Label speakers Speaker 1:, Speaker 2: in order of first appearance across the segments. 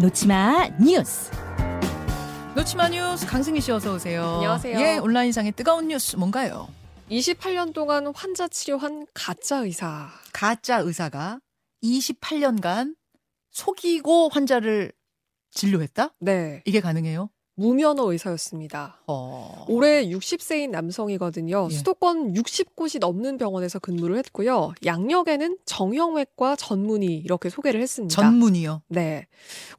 Speaker 1: 놓치마 뉴스.
Speaker 2: 노치마 뉴스 강승희 씨 어서 오세요.
Speaker 3: 안녕하세요.
Speaker 2: 예, 온라인상의 뜨거운 뉴스 뭔가요?
Speaker 3: 28년 동안 환자 치료한 가짜 의사.
Speaker 2: 가짜 의사가 28년간 속이고 환자를 진료했다?
Speaker 3: 네.
Speaker 2: 이게 가능해요?
Speaker 3: 무면허 의사였습니다.
Speaker 2: 어.
Speaker 3: 올해 60세인 남성이거든요.
Speaker 2: 예.
Speaker 3: 수도권 60곳이 넘는 병원에서 근무를 했고요. 양력에는 정형외과 전문의 이렇게 소개를 했습니다.
Speaker 2: 전문이요.
Speaker 3: 네.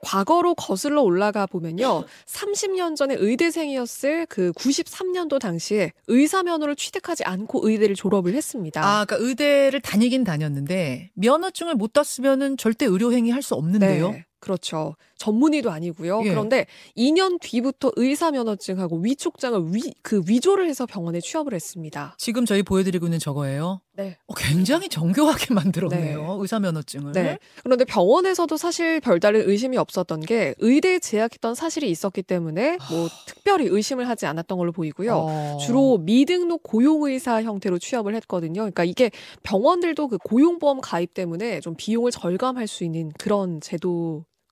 Speaker 3: 과거로 거슬러 올라가 보면요. 30년 전에 의대생이었을 그 93년도 당시에 의사 면허를 취득하지 않고 의대를 졸업을 했습니다.
Speaker 2: 아, 그러니까 의대를 다니긴 다녔는데 면허증을 못 땄으면은 절대 의료 행위 할 수 없는데요.
Speaker 3: 네, 그렇죠. 전문의도 아니고요.
Speaker 2: 예.
Speaker 3: 그런데 2년 뒤부터 의사 면허증하고 위촉장을 위, 그 위조를 해서 병원에 취업을 했습니다.
Speaker 2: 지금 저희 보여드리고 있는 저거예요.
Speaker 3: 네.
Speaker 2: 어, 굉장히 정교하게 만들었네요.
Speaker 3: 네.
Speaker 2: 의사 면허증을.
Speaker 3: 네. 그런데 병원에서도 사실 별다른 의심이 없었던 게 의대에 재학했던 사실이 있었기 때문에 뭐 특별히 의심을 하지 않았던 걸로 보이고요.
Speaker 2: 아. 어.
Speaker 3: 주로 미등록 고용의사 형태로 취업을 했거든요. 그러니까 이게 병원들도 그 고용보험 가입 때문에 좀 비용을 절감할 수 있는 그런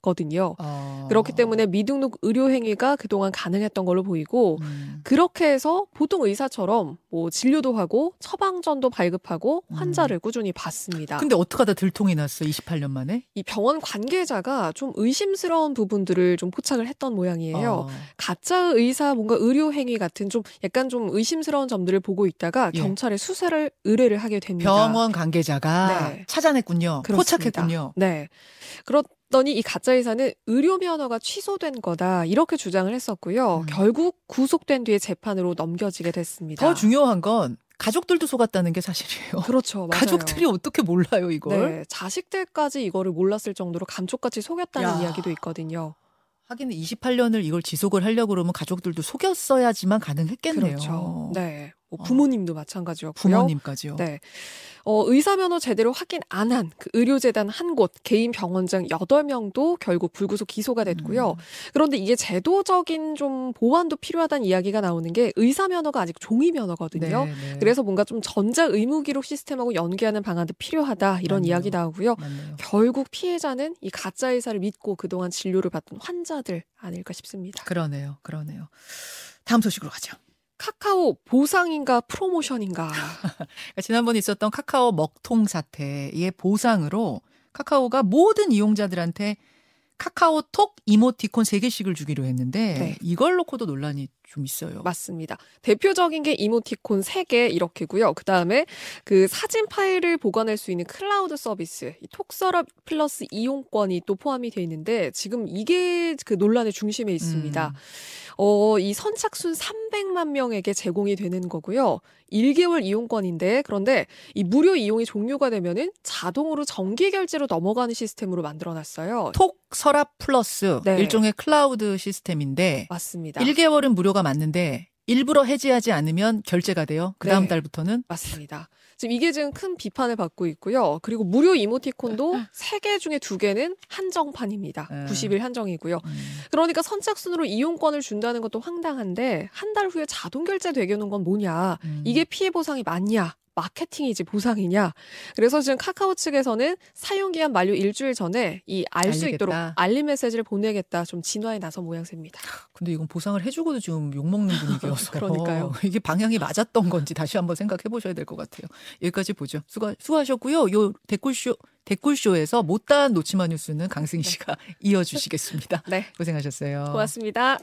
Speaker 3: 제도거든요.
Speaker 2: 어.
Speaker 3: 그렇기 때문에 미등록 의료 행위가 그동안 가능했던 걸로 보이고
Speaker 2: 음.
Speaker 3: 그렇게 해서 보통 의사처럼 뭐 진료도 하고 처방전도 발급하고
Speaker 2: 음.
Speaker 3: 환자를 꾸준히 봤습니다.
Speaker 2: 근데 어떻게 하다 들통이 났어? 28년 만에?
Speaker 3: 이 병원 관계자가 좀 의심스러운 부분들을 좀 포착을 했던 모양이에요.
Speaker 2: 어.
Speaker 3: 가짜 의사 뭔가 의료 행위 같은 좀 약간 좀 의심스러운 점들을 보고 있다가
Speaker 2: 예.
Speaker 3: 경찰에 수사를 의뢰를 하게 됩니다.
Speaker 2: 병원 관계자가
Speaker 3: 그러니까 네.
Speaker 2: 찾아냈군요.
Speaker 3: 그렇습니다.
Speaker 2: 어, 포착했군요.
Speaker 3: 네. 그렇더니 이 가짜 의사는 의료 면허가 취소된 거다 이렇게 주장을 했었고요.
Speaker 2: 음.
Speaker 3: 결국 구속된 뒤에 재판으로 넘겨지게 됐습니다.
Speaker 2: 더 중요한 건 가족들도 속았다는 게 사실이에요.
Speaker 3: 그렇죠. 맞아요.
Speaker 2: 가족들이 어떻게 몰라요 이걸?
Speaker 3: 네, 자식들까지 이거를 몰랐을 정도로 감쪽같이 속였다는
Speaker 2: 야.
Speaker 3: 이야기도 있거든요.
Speaker 2: 하긴 28년을 이걸 지속을 하려고 그러면 가족들도 속였어야지만 가능했겠네요.
Speaker 3: 그렇죠. 네. 뭐
Speaker 2: 어.
Speaker 3: 부모님도 마찬가지였고요.
Speaker 2: 부모님까지요.
Speaker 3: 네. 어, 의사 면허 제대로 확인 안 한 그 의료재단 한 곳, 개인 병원장 8명도 결국 불구속 기소가 됐고요.
Speaker 2: 음.
Speaker 3: 그런데 이게 제도적인 좀 보완도 필요하다는 이야기가 나오는 게 의사 면허가 아직 종이 면허거든요.
Speaker 2: 네, 네.
Speaker 3: 그래서 뭔가 좀 전자 의무 기록 시스템하고 연계하는 방안도 필요하다 이런
Speaker 2: 맞네요.
Speaker 3: 이야기 나오고요.
Speaker 2: 맞네요.
Speaker 3: 결국 피해자는 이 가짜 의사를 믿고 그동안 진료를 받던 환자들 아닐까 싶습니다.
Speaker 2: 그러네요. 그러네요. 다음 소식으로 가죠.
Speaker 3: 카카오 보상인가 프로모션인가?
Speaker 2: 그러니까 지난번에 있었던 카카오 먹통 사태의 보상으로 카카오가 모든 이용자들한테 카카오톡 이모티콘 3개씩을 주기로 했는데
Speaker 3: 네.
Speaker 2: 이걸 놓고도 논란이 좀 있어요.
Speaker 3: 맞습니다. 대표적인 게 이모티콘 3개 이렇게고요. 그다음에 그 사진 파일을 보관할 수 있는 클라우드 서비스, 이 톡서랍 플러스 이용권이 또 포함이 돼 있는데 지금 이게 그 논란의 중심에 있습니다.
Speaker 2: 음.
Speaker 3: 어, 이 선착순 300만 명에게 제공이 되는 거고요. 1개월 이용권인데 그런데 이 무료 이용이 종료가 되면은 자동으로 정기 결제로 넘어가는 시스템으로 만들어 놨어요.
Speaker 2: 톡 서랍 플러스
Speaker 3: 네.
Speaker 2: 일종의 클라우드 시스템인데
Speaker 3: 맞습니다.
Speaker 2: 1개월은 무료가 맞는데 일부러 해지하지 않으면 결제가 돼요. 그 다음
Speaker 3: 네.
Speaker 2: 달부터는
Speaker 3: 맞습니다. 지금 이게 지금 큰 비판을 받고 있고요. 그리고 무료 이모티콘도
Speaker 2: 네.
Speaker 3: 3개 중에 2개는 한정판입니다.
Speaker 2: 음.
Speaker 3: 90일 한정이고요. 그러니까 선착순으로 이용권을 준다는 것도 황당한데 한 달 후에 자동 결제 되게는 건 뭐냐.
Speaker 2: 음.
Speaker 3: 이게 피해 보상이 맞냐? 마케팅이지 보상이냐? 그래서 지금 카카오 측에서는 사용 기한 만료 일주일 전에 이 알 수
Speaker 2: 알리겠다.
Speaker 3: 있도록 알림 메시지를 보내겠다. 좀 진화에 나선 모양새입니다.
Speaker 2: 근데 이건 보상을 해주고도 지금 욕먹는 분위기여서
Speaker 3: 그러니까요.
Speaker 2: 이게 방향이 맞았던 건지 다시 한번 생각해 보셔야 될 것 같아요. 여기까지 보죠. 수고 수고하셨고요. 요 댓글쇼 댓글쇼에서 못다한 노치마 뉴스는 강승희 씨가 이어주시겠습니다.
Speaker 3: 네,
Speaker 2: 고생하셨어요.
Speaker 3: 고맙습니다.